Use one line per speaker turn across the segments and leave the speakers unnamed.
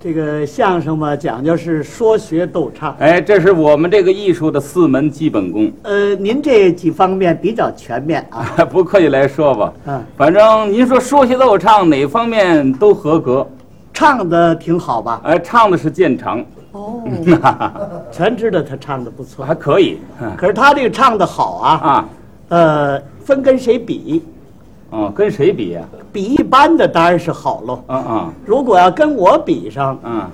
这个相声嘛，讲究是说学逗唱。
哎，这是我们这个艺术的四门基本功。
呃，您这几方面比较全面啊。
不客气来说吧，
嗯，
反正您说说学逗唱哪方面都合格，
唱的挺好吧？
哎，唱的是见长，
哦，全知道他唱的不错
还。可以。
可是他这个唱的好啊，
啊，
呃，分跟谁比？
哦，跟谁比呀、
比一般的当然是好喽。
啊？啊
如果要跟我比上，
啊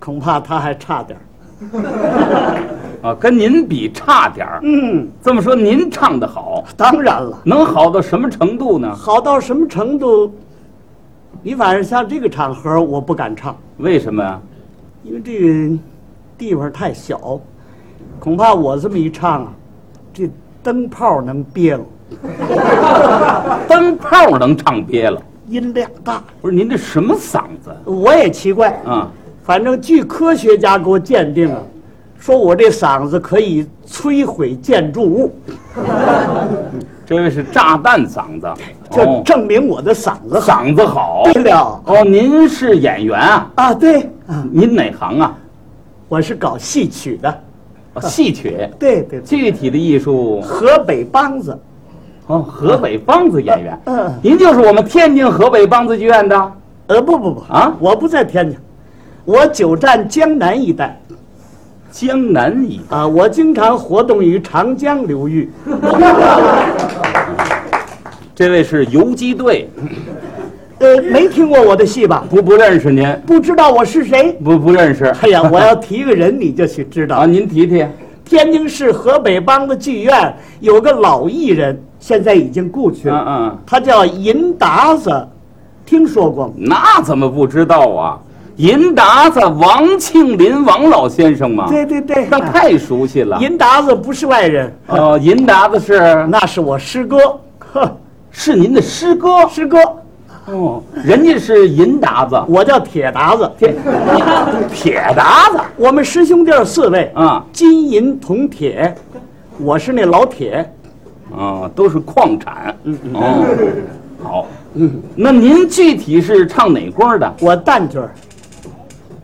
恐怕他还差点儿。
啊，跟您比差点儿。
嗯，
这么说您唱的好，
当然了，
能好到什么程度呢？
好到什么程度？你反正像这个场合，我不敢唱，
为什么呀？
因为这个地方太小，恐怕我这么一唱啊，这灯泡能憋了，
灯泡能唱憋了？
音量大。
不是您这什么嗓子
我也奇怪，
啊？
反正据科学家给我鉴定啊，说我这嗓子可以摧毁建筑物，
这位是炸弹嗓子，
就
哦
证明我的嗓子好。
嗓子好。
对了
哦，您是演员啊？
啊，对啊，
您哪行啊？
我是搞戏曲的，嗯
哦戏曲，
对对，对
具体的艺术
河北梆子，
哦，河北梆子演员。
嗯
您就是我们天津河北梆子剧院的
呃，不不不
啊
我不在天津，我久占江南一带
江南一
啊，我经常活动于长江流域。
这位是游击队，
呃，没听过我的戏吧？
不不认识您，
不知道我是谁？
不不认识。
哎呀，我要提个人，你就去知道
啊，。您提提。
天津市河北梆子剧院有个老艺人，现在已经故去
嗯
了，
嗯，
他叫银达子，听说过吗？
那怎么不知道啊？银达子王庆林王老先生吗？
对对对，
那太熟悉了。
银达子不是外人，
哦，银达子是
那是我师
啊
哥，呵，
是您的师哥
师哥，
哦，人家是银达子，
我叫铁达子，
铁 铁达子
我们师兄弟儿四位
啊，
金银铜铁，我是那老铁，
哦，都是矿产。哦，好，那您具体是唱哪官儿的？
我旦角儿，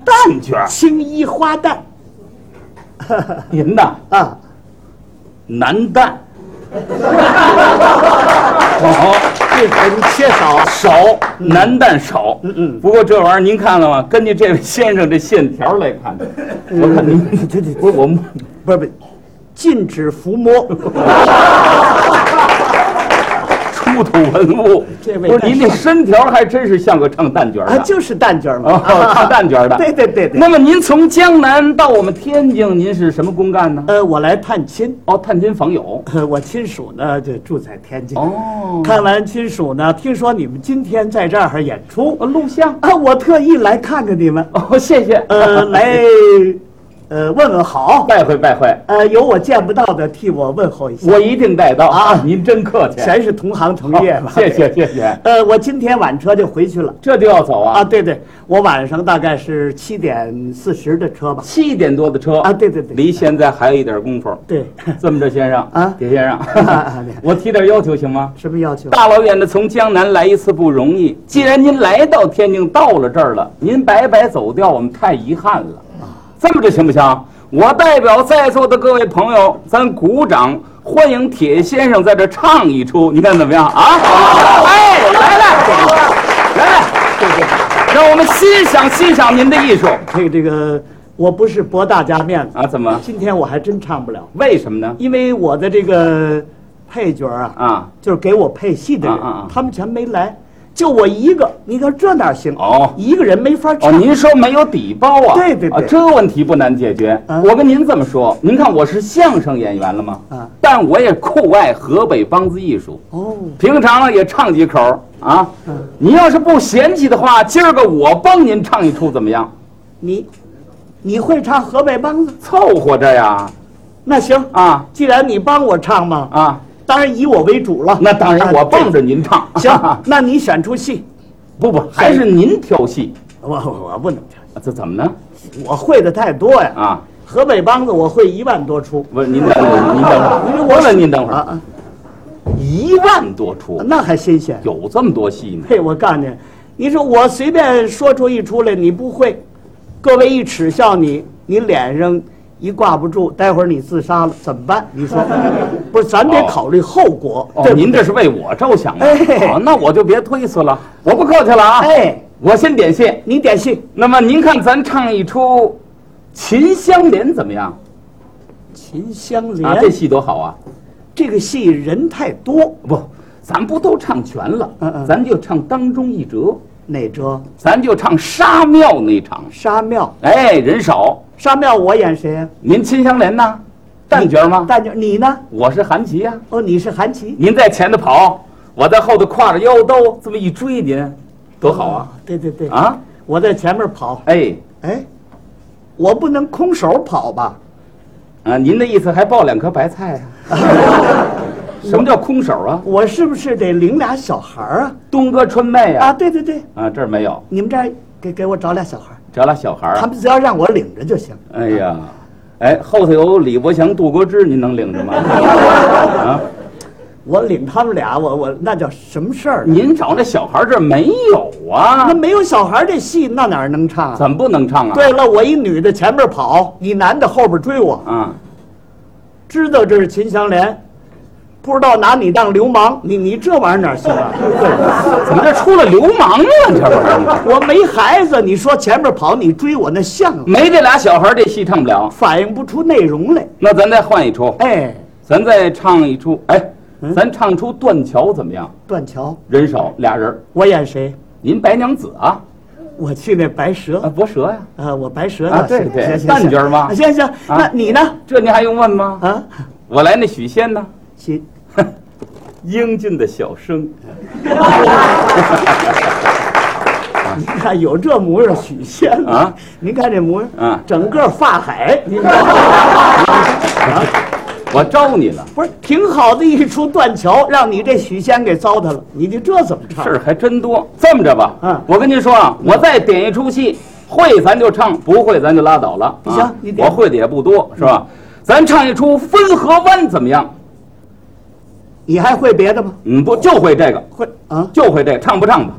旦角儿，
青衣花旦，
您的
啊，
男 旦。好。
这很缺少，
少，男旦少。嗯嗯。不过这玩意儿您看了吗？根据这位先生这线条来看，我看您这这不是我们
嗯不是不是，禁止抚 摸。
出土文物。
这位
不是您这身条还真是像个唱旦角
啊，
的。
就是蛋卷儿嘛，
哦， 唱旦角的。
啊对对对对。
那么您从江南到我们天津，您是什么公干呢？
呃，我来探亲，
哦，探亲访友。
呃我亲属呢就住在天津。
哦
看完亲属呢，听说你们今天在这儿演出
哦，录像。
啊，我特意来看看你们，
哦，谢谢。
呃，来，呃，问问好，
拜会拜会，
呃，有我见不到的替我问候一下，
我一定带到
啊
您真客气。
全是同行同
好
业吧。
哦谢。谢谢谢。
呃，我今天晚车就回去了
这就要走
啊，
啊？
对对，我晚上大概是七点四十的车吧。
七点多的车
啊，对对对
离现在还有一点功夫。
对，
这么着，先生
啊
铁先生， 我提点要求行吗？
什么要求？
大老远的从江南来一次不容易，既然您来到天津，到了这儿了，您白白走掉，我们太遗憾了。这么着行不行？我代表在座的各位朋友，咱鼓掌欢迎铁先生在这唱一出，你看怎么样啊？哎，来来，来来，让我们欣赏欣赏您的艺术
这个这个，我不是博大家面子
啊！怎么？
今天我还真唱不了，
为什么呢？
因为我的这个配角啊，
啊，
就是给我配戏的人，
啊啊啊
他们全没来，就我一个。你看这哪行？
哦
一个人没法
哦，
唱。
您说没有底包啊？
对对对
啊，这个问题不难解决。
嗯
我跟您这么说，您看我是相声演员了吗？
嗯
但我也酷爱河北梆子艺术，
哦，
平常呢也唱几口儿啊。
嗯
您要是不嫌弃的话，今儿个我帮您唱一出怎么样？
你，你会唱河北梆子？
凑合着呀，
那行，
啊
既然你帮我唱嘛，
啊，
当然以我为主了。
那当然
啊
我帮着您唱。
对 行，那你选出戏，
不不，还是您挑戏，
我我我不能唱，
啊这怎么呢？
我会的太多呀。
啊，
河北梆子我会一万多出，
不是您等会儿，您等会儿，
因为
我
我
问您等会
啊
儿，
啊，
一万多出，
那还新鲜。
有这么多戏呢？
嘿，我告诉你，你说我随便说出一出来，你不会，各位一耻笑你，你脸上一挂不住，待会儿你自杀了怎么办？你 说，不是咱得
哦
考虑后果。
哦，
对不
您
对
这是为我着想啊！
哎
好，那我就别推辞了，我不客气了啊！
哎，
我先点谢。
你点戏
那么您看，咱唱一出《秦香莲》怎么样
《秦香莲》
啊？这戏多好啊！
这个戏人太多，
不，咱不都唱全了，
嗯嗯
咱就唱当中一折，
哪折？
咱就唱沙庙那场。
沙庙，
哎，人少，
沙庙我演谁呀、
您秦香莲呢？旦角吗？
大舅，你呢？
我是韩琦呀、
哦，你是韩琦。
您在前头跑，我在后头挎着腰刀，这么一追您，多好啊！
哦！对对对，
啊，
我在前面跑，
哎，
哎，我不能空手跑吧？
啊，您的意思还抱两颗白菜啊？什么叫空手啊？
我是不是得领俩小孩儿啊？
东哥春妹
啊，
啊？
对对对，
啊，这儿没有，
你们这儿给给我找俩小孩儿，
找俩小孩儿
他
啊。
们只要让我领着就行。
哎呀，哎，后头有李伯祥、杜国之，您能领着 吗？啊，
我领他们俩，我我那叫什么事儿呢？
您找那小孩儿这儿没有啊
那？没有小孩儿这戏，那哪儿能唱啊？
怎么不能唱啊？
对了，我一女的前面跑，一男的后边追我，
啊，
知道这是秦香莲，不知道拿你当流氓，你你这玩意儿哪行啊？对，
怎么这出了流氓了？这不是？
我没孩子，你说前面跑，你追我那像吗？
没这俩小孩儿，这戏唱不了。
反映不出内容来。
那咱再换一出，
哎，
咱再唱一出，哎，
嗯
咱唱出断桥怎么样？
断桥，
人少俩人儿，
我演谁？
您白娘子啊，
我去那白蛇
啊，博蛇呀、
啊，我白蛇
啊
呢
对
行
对
行行
旦角儿吗啊
行行行，那你呢？
这您还用问吗？
啊，
我来那许仙呢，
行，
英俊的小生，
你看有这模样，许仙呢
啊，
您看这模样，
啊
整个发海，您看
我招你了，
不是挺好的一出断桥，让你这许仙给糟蹋了，你这这怎么唱
事？儿还真多。这么着吧，
嗯
我跟您说啊，我再点一出戏，会咱就唱，不会咱就拉倒了。啊
行你点
我会的也不多，是吧？咱唱一出《汾河湾》怎么样？
你还会别的吗？
嗯，不就会这个，
会啊，
就会这个，唱不唱吧？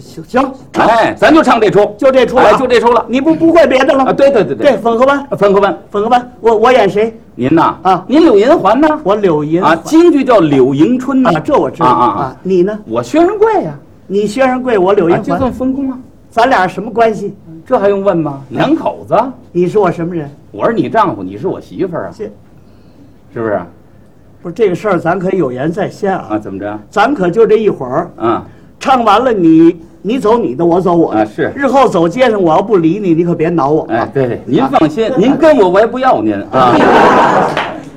行行，
哎，咱就唱这出，
啊就这出了
哎，就这出了。
你不不会别的了
啊，
吗？
对对对
对，，粉河湾，
汾河湾，
粉河湾，我我演谁？
您呐
啊
您柳银环呢？
我柳银
啊，
环
京剧叫柳迎春呐
啊，这我知道
啊啊
啊
啊。，
你呢？
我薛仁贵呀，
你薛仁贵，我柳
啊
银
就
环，
算分工啊，
咱俩什么关系？
这还用问吗？两口子，
你是我什么人？
我是你丈夫，你是我媳妇儿啊，
这
是不是？
啊不是这个事儿，咱可有言在先啊，
啊，怎么着？
咱可就这一会儿，
啊，
唱完了你你走你的，我走我的，
啊是
日后走街上，我要不理你，你可别挠我
哎
啊，！
对对，您放心，您跟我我也不要您啊。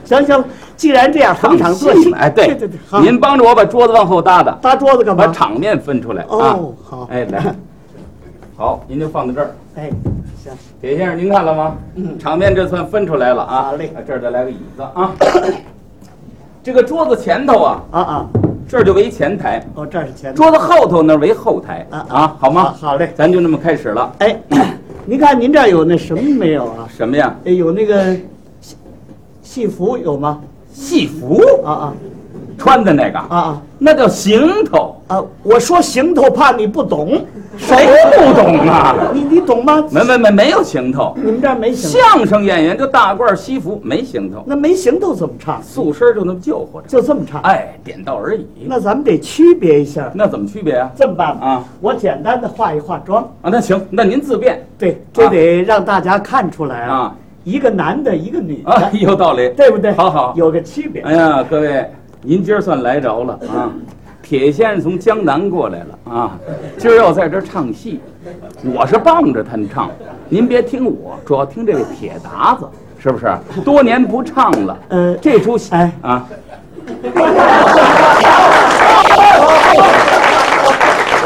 行行，既然这样，逢场作戏，
哎，
对
对
对对，好，
您帮着我把桌子往后搭搭，
搭桌子干
把
嘛？
场面分出来啊。
哦，好，
哎， 来，好，您就放在这儿。
哎，行，
铁先生，您看了吗？场面这算分出来了啊。
嗯好嘞
这儿再来个椅子啊。这个桌子前头啊，
啊啊，
这儿就为前台；
哦，这是前面
桌子后头那儿为后台
啊啊
啊，好吗？
啊好嘞
咱就那么开始了。
哎，您看您这儿有那什么没有啊？
什么呀？
哎，有那个戏戏服有吗？
戏服
啊啊
穿的那个啊
啊啊
那叫行头，
啊！我说行头，怕你不懂，
谁不懂啊？
你你懂吗？
没没没，没有行头。
你们这儿没行头。
相声演员就大褂西服，没行头，
那没行头怎么唱？
素身就那么救活着，
就这么唱？
哎，点到而已。
那咱们得区别一下。
那怎么区别啊？
这么办吧，
啊
我简单的化一化妆。
啊，那行，那您自便
对，这得让大家看出来啊，
啊
一个男的，一个女的，
啊，有道理。
对不对？
好好
有个区别。
哎呀，各位，您今儿算来着了啊！铁先生从江南过来了啊，今儿要在这儿唱戏，我是傍着他们唱。您别听我，主要听这位铁达子，是不是？多年不唱了，
呃，
这出戏
哎，
啊，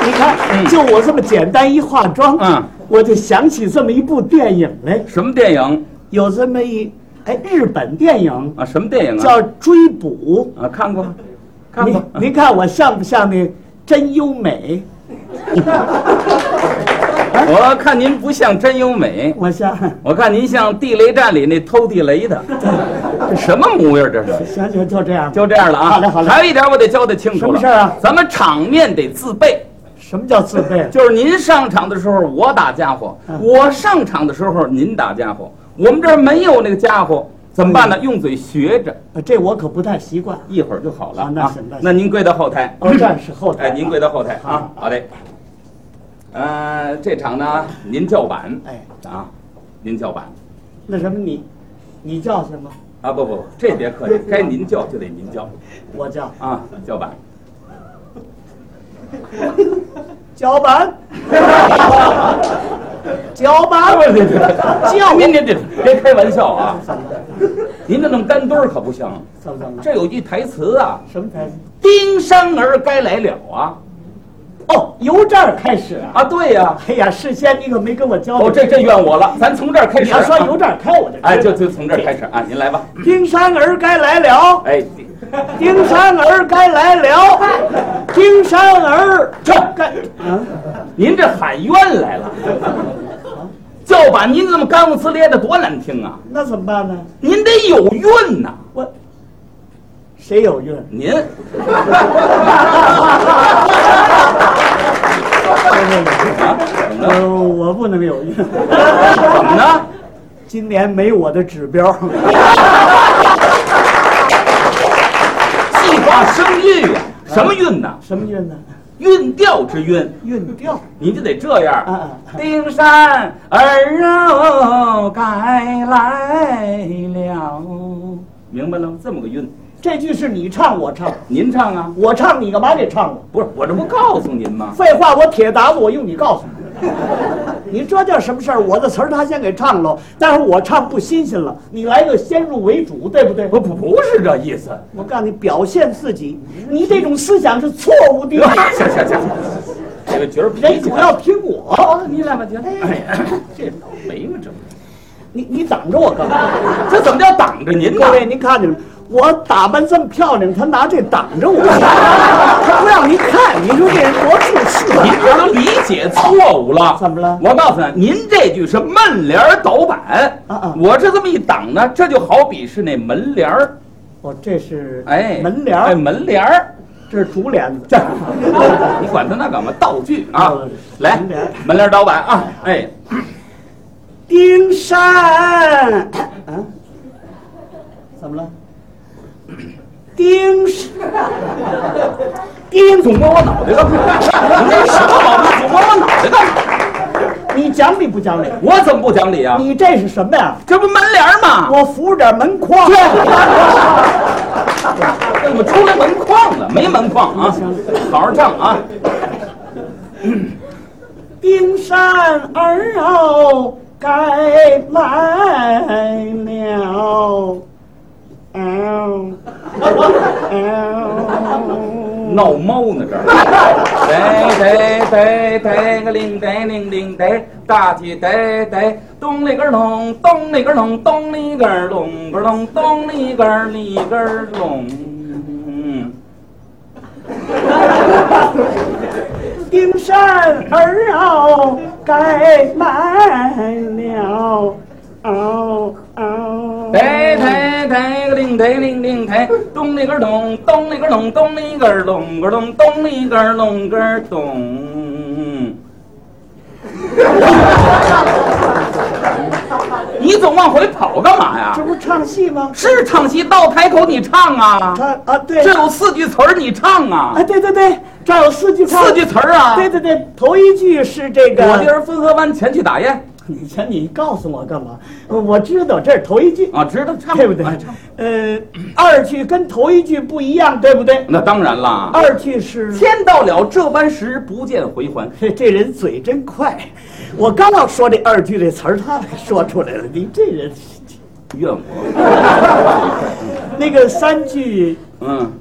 你看，就我这么简单一化妆，
嗯，
我就想起这么一部电影来，
什么电影
有这么一哎日本电影
啊？什么电影啊？
叫《追捕
啊，看过，》，看过。
您您看我像不像那真优美？
我看您不像真优美，
我像。
我看您像地雷战里那偷地雷 的，这什么模样？这是。
行行，就这样吧。
就这样了啊！
好嘞好嘞
还有一点我得交代清
什
楚了。
么事儿啊
咱们场面得自备，啊
什么叫自备？
就是您上场的时候我打家伙，
嗯
我上场的时候您打家伙，我们这儿没有那个家伙，怎么办
哎
呢？用嘴学着，
呃这我可不太习惯。
一会儿就好了
啊那
啊
行那。行
那您跪到后台，
二战是后台
哎，
啊，
您跪到后台啊
好，
好嘞。呃，这场呢，您叫板
哎，
啊，您叫板
那什么你，你叫什么？
啊，不不不，这别客气，该您叫就得您叫
我叫
啊，叫板。
脚 板，脚板，
叫您您哎这别开玩笑啊，您这弄干墩儿可不行，
怎么怎么了？
这有句台词啊，
什么台词？
丁山儿该来了啊
哦，由这儿开始啊！
啊，对呀、
哎呀，事先你可没跟我交代。
哦，这这怨我了，咱从这儿开
你
始、啊。
要说由这儿开，我就知道
哎，就就从这儿开始啊，您来吧。
丁山儿该来了，
哎，
丁山儿该来了，丁山儿
这
该啊，
您这喊冤来了，叫板您这么干不呲咧的多难听啊！
那怎么办呢？
您得有韵呐、
我谁有孕？
您啊，怎么了？
我呃我不能有孕，
怎么呢？
今年没我的指标。
计划生育呀、什么韵呐？
什么孕呢？
韵调之韵。
孕调。
你就得这样
嗯
儿，丁山儿哦该来了，明白了吗？这么个韵，
这句是你唱我唱，
您唱啊？
我唱你干嘛得唱我？
不是，我这不告诉您吗？
废话，我铁打子，我用你告诉你。 你这叫什么事儿？我的词儿他先给唱喽，但是我唱不新鲜了，你来个先入为主，对不对？
不不不是这意思。
我告诉你，表现自己，你这种思想是错误 的。
行行行，这个角儿
人
脾气
主要听我，
好，你来吧，角儿。哎呀，这倒霉嘛，这不
你你挡着我干嘛？
这怎么叫挡着您呢
各？位，您看见了吗？我打扮这么漂亮，他拿这挡着我， 他不让您看，你说这人多自私
您
啊！
这都理解错误了。
怎么了
我告诉你，您这句是门帘儿倒板
啊啊
我这这么一挡呢，这就好比是那门帘儿。
我哦这是
哎，
门帘
哎，
儿，
门帘儿，
这是竹帘子，
这你管他那干嘛？道具啊
道具，
来
哦门帘儿，
门帘儿倒板啊，哎，
丁山，啊，怎么了？丁山， 丁，
总摸我脑袋 干嘛？你什么毛病？总摸我脑袋干嘛？
你讲理不讲理？
我怎么不讲理啊？
你这是什么呀？
这不门帘儿吗？
我扶着点门 框。
怎么出来门框了？没门框啊！好好唱啊！
丁山儿哦，该 来了。嗯嗯
闹猫呢这儿。得得得得个铃得铃铃得，大起得得咚里个隆，咚里个隆，咚里个隆个隆，咚里个里个隆。嗯，
丁山儿哦，该来了。哦哦，
得得得个铃得铃铃得，咚里个咚，咚里个隆，咚里个隆个隆，咚里个隆个咚。你总往回跑干嘛呀？
这不唱戏吗？
是唱戏到台口你唱啊，
他啊，对，
这有四句词儿你唱啊
啊，，对对对，这儿有四句唱
四句词儿啊。
对对对，头一句是这个。
我弟儿汾河湾前去打雁
你瞧，你告诉我干嘛？我知道这是头一句，
啊，知道唱
对不对
哎唱？
呃，二句跟头一句不一样，对不对？
那当然啦。
二句是
天到了这般时，不见回还。
这 这人嘴真快，我刚要说这二句这词儿，他给说出来了。你这人，
怨我，
那个三句
嗯，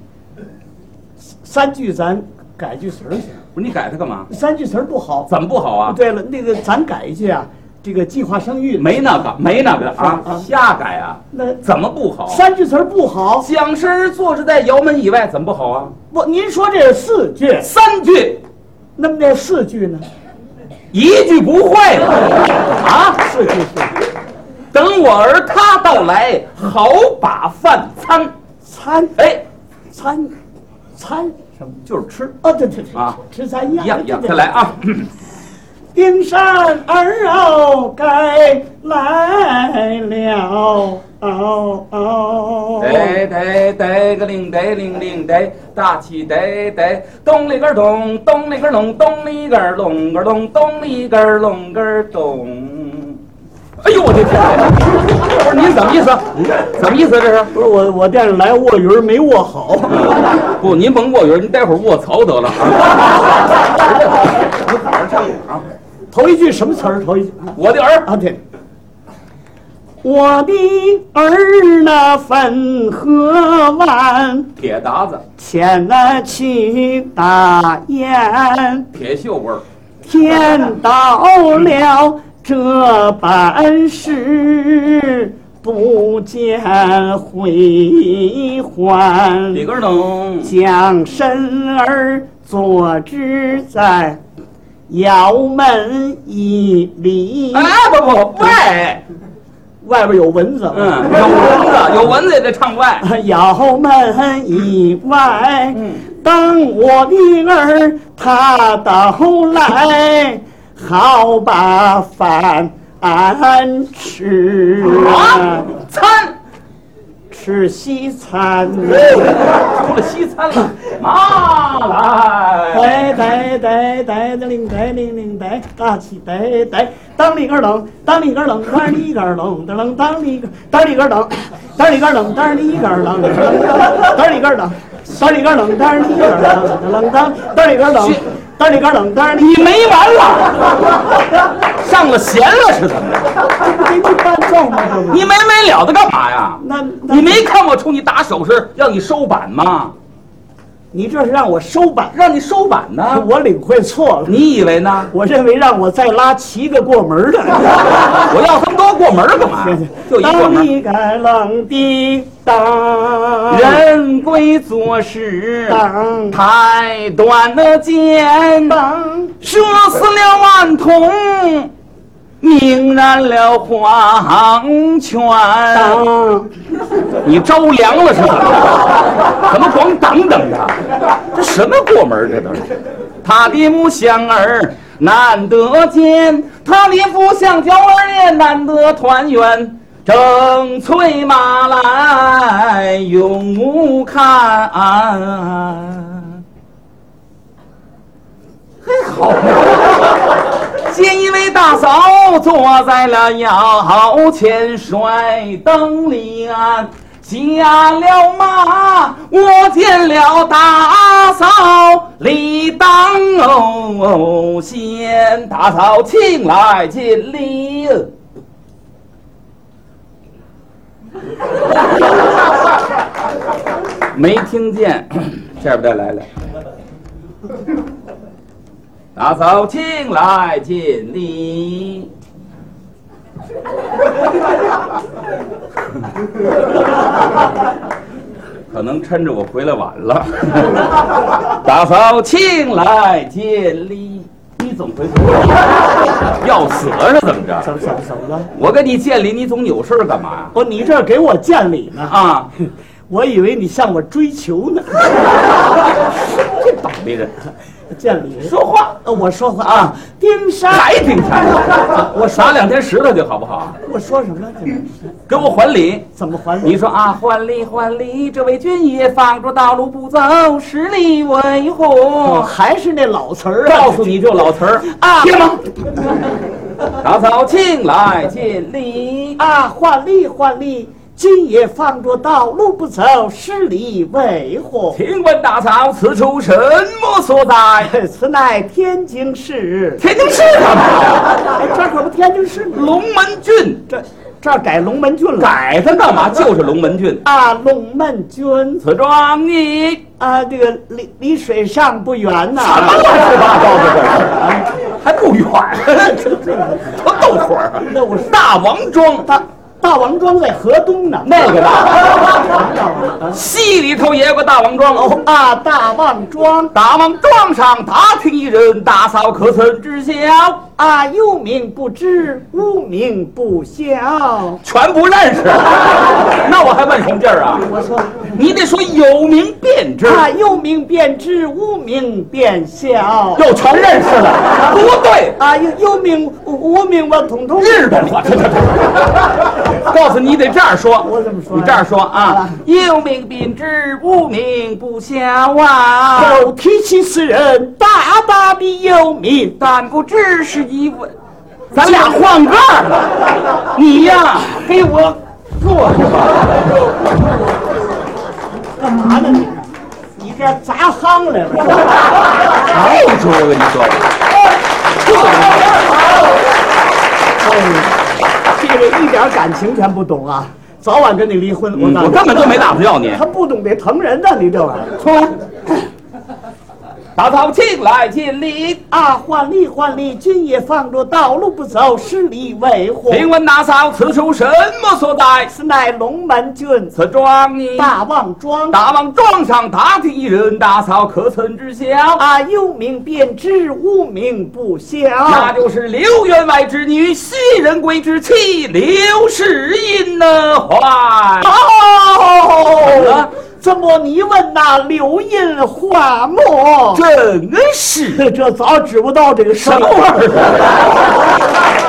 三句咱改句词儿行，
不是你改它干嘛？
三句词儿不好。
怎么不好啊？
对了，那个咱改一句啊，这个计划生育
没那个，没那个啊，
啊
瞎改啊？
那
怎么不好？
三句词儿不好。
蒋生儿坐着在窑门以外，怎么不好啊？
不，您说这是四句，
三句，
那么这四句呢？
一句不会了啊！
四句是
等我儿他到来，好把饭餐。
参
哎，
参参什么？
就是吃
哦，对对对，
啊
吃咱一
一样一样。
对对对
再来啊，
冰山儿哦该来了哦哦，
得得得个令得令令得，大气得得，咚里个儿咚，咚里个儿咚，咚里个儿咚个儿咚，咚里个儿咚个儿咚。哎呦我的天！不是您怎么意思啊？您怎么意思啊这是？
不是我我惦着来卧鱼儿没卧好，
不，您甭卧鱼，您待会儿卧槽得了啊！你好好唱啊！
头一句什么词儿？头一句
我的儿，
啊对，我的儿那汾河湾，
铁达子，
前那去打雁，
铁锈味儿，
天到了这般事，不见回还。
里根儿咚，
将身儿坐之在窑门以里，
哎不不外，
外边有蚊子。
嗯，有蚊子，有蚊子也得唱外。
窑门以外，等我的儿他到来，好把饭吃啊
啊，，餐
吃西餐。
除了西餐了，妈来，
呆呆呆呆的铃呆铃铃呆，大气呆呆，当里个冷，当里个冷，当里个冷，当冷当里个当里个冷，当里个冷，当里个冷，当里个冷，当里个冷，当里个冷，当当里个冷，当里个冷，当里
你没完了，上了弦了是怎么着？
给你伴奏吗？这不
你没没了的干嘛呀？
那
你
那
没看我冲你打手势，让你收板吗？
你这是让我收板，
让你收板呢？
我领会错了，
你以为呢？
我认为让我再拉七个过门的。
我要这么多过门儿干嘛？ 就一过
当
门儿。
你该冷的当
人归左时，
当
太短了剑，
当
射死了万童，明燃了黄泉。
当，
你着凉了是怎么着？怎么光等等的？这什么过门儿这都是？他的母乡儿难得见，他的父乡娇儿也难得团圆。正催马来永无看，见一位大嫂坐在了摇前摔灯里啊，下了马，我见了大嫂李当哦先，大嫂请来见礼。没听见， 这边再来来。打扫请来见礼。 可能趁着我回来晚了， 打扫请来见礼。你总回头 要死啊？是怎么
怎
着？
么怎么怎么了？
我跟你见礼，你总有事儿干嘛
不，哦你这给我见礼呢？
呀？啊，
我以为你向我追求呢。
这倒霉人，
见礼，
说话
呃我说话啊，丁山，
还挺强。我撒两天石头去好不好？
我说什么？这是
给我还礼。
怎么还
你说啊，还礼还礼，这位军爷放着道路不走，十里为
哦，
何？
还是那老词儿啊
告？诉你这老词儿
啊
听吗？打扫请来见礼，
啊，换力换力，今夜放着道路不走，十里为何？
请问大嫂此处什么所在？
此乃天津市，
天津市干嘛呀？
哎，这可不天津市吗？
龙门郡
这这儿改龙门郡了
改它干嘛？就是龙门郡。
啊，龙门郡
此庄你
啊，这个离离水上不远呐、
什么乱七八糟的这是？还不远， 多逗会儿啊。
那我是
大王庄，
大大王庄在河东呢。
那个大王庄。
大王庄
戏里头也有个大王庄
哦啊，大王庄
大王庄上打听一人，大嫂可曾知晓？
啊，有名不知，无名不晓。
全 不认识，那我还问什么劲儿啊？
我说
你得说有名便知，
啊，有名便知，无名便晓。
又全认识了，不对。
啊，有有名无无名我统统。
日本 话，这这这，告诉你得这样说，
我怎么说呀
你这样说啊
啊，
有名便知，无名不晓啊。
有提起此人，大大的有名。
但不知是一问，咱俩换个儿了。你呀，给我坐下吧。
干嘛呢你？你这砸夯来了。
好说，我跟你说，
哎这个一点感情全不懂啊，早晚跟你离婚。嗯我告诉你
我根本就没打算要你。
他不懂得疼人的，你这玩意儿。
打草请来尽力。
啊，换力换力，军也放着，道路不走，十里为火。
请问大嫂，此处什么所在？
此乃龙门郡
此庄呢？
大望庄。
大王庄上打听一人，大嫂可曾知晓？
啊，有名便知，无名不晓。
那就是刘员外之女，袭人闺之妻刘氏英呢？怀
哦，怎么你问那柳荫花木？
真是
这这早指不到这个事
什么味儿啊？